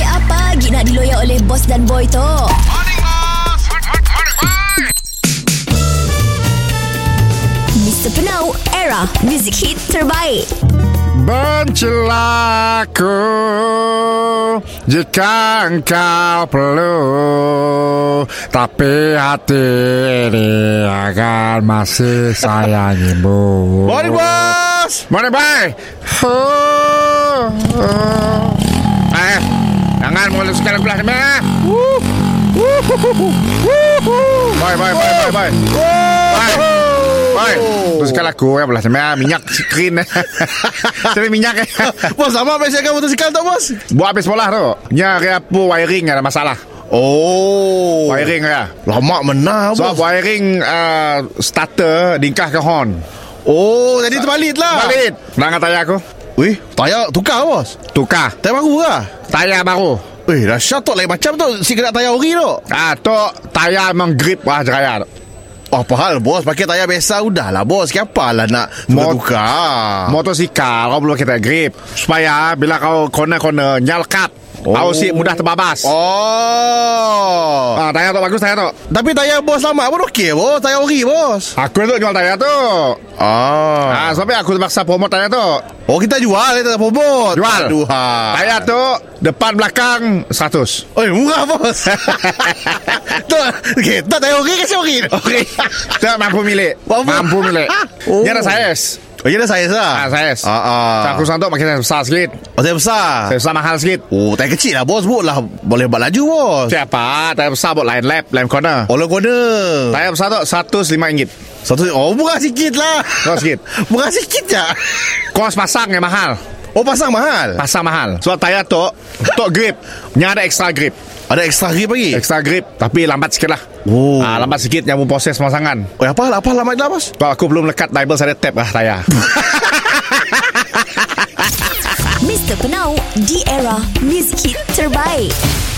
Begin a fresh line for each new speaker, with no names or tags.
lagi nak diloyak oleh bos dan boy tu? Mr. Penau, era music hit terbaik.
Bencilah aku Jika engkau perlu Tapi hati ini akan masih sayangimu
Morning bos
Morning bye oh, oh. Eh, jangan mulut sekarang pula ni eh. Bye bye bye bye bye Bye Bye Teruskan aku ya belah sebenarnya minyak skrin Tapi minyak eh.
Bos lama abis siapkan motosikal tak bos
Buat habis sekolah tu Nya dia apa wiring ada masalah
Oh
Wiring ya
Lama menah
So
bos
wiring uh, starter dingkah ke horn
Oh jadi terbalik lah
Balik Berangkat tayar aku
Weh Tayar tukar bos
Tukar
Tayar baru lah
Tayar baru
Eh dahsyat tu lain macam tu Si kena tayar ori tu
Ah, tu tayar memang grip wah jeraya tu.
Oh, Apa hal bos Pakai tayar biasa Udah lah bos Siapa lah nak
Mot-
Tukar
Ah. Motosikal kau perlu kita grip supaya bila kau corner-corner nyalkat oh. kau si mudah terbabas. Oh.
Oh
Ah, tayar tu bagus tayar tu.
Tapi tayar bos lama pun okey bos Tayar ori bos
Aku tu jual tayar tu.
Ah
Ah, sampai aku terpaksa promote tayar tu.
Oh kita jual Kita tak bobot
Jual.
Aduh ha.
Tayar tu depan belakang 100.
Oi murah bos Tu Kita tayar ori Kasih ori
Okey. tu mampu milik.
Mampu.
Mampu milik.
Oh.
Oh. Dia ada saiz.
Oh dia ada saiz lah
Ah, Ah. saiz.
Ah, ah.
So, Aku santuk makin saiz besar sikit.
Oh tayar besar
Saiz besar mahal sikit.
Oh tayar kecil lah bos Buat lah Boleh buat laju
Ah.
bos
Siapa? Tayar besar buat line lap, line corner.
Oh lo kode
Tayar besar tu RM105.
Satu Oh murah sikit lah
Murah sikit.
Murah sikit je
Kos pasang yang mahal.
Oh pasang mahal
Pasang mahal Sebab tayar tu Tok grip Nya ada extra grip
Ada extra grip lagi
Extra grip Tapi lambat sikit lah
Oh.
ah, Lambat sikit Yang pun proses pemasangan
Oh apa hal- apa hal lama dah bos
Sebab aku belum lekat Bible saya ada tab lah tayar
Mr. Penau, di era music hit terbaik.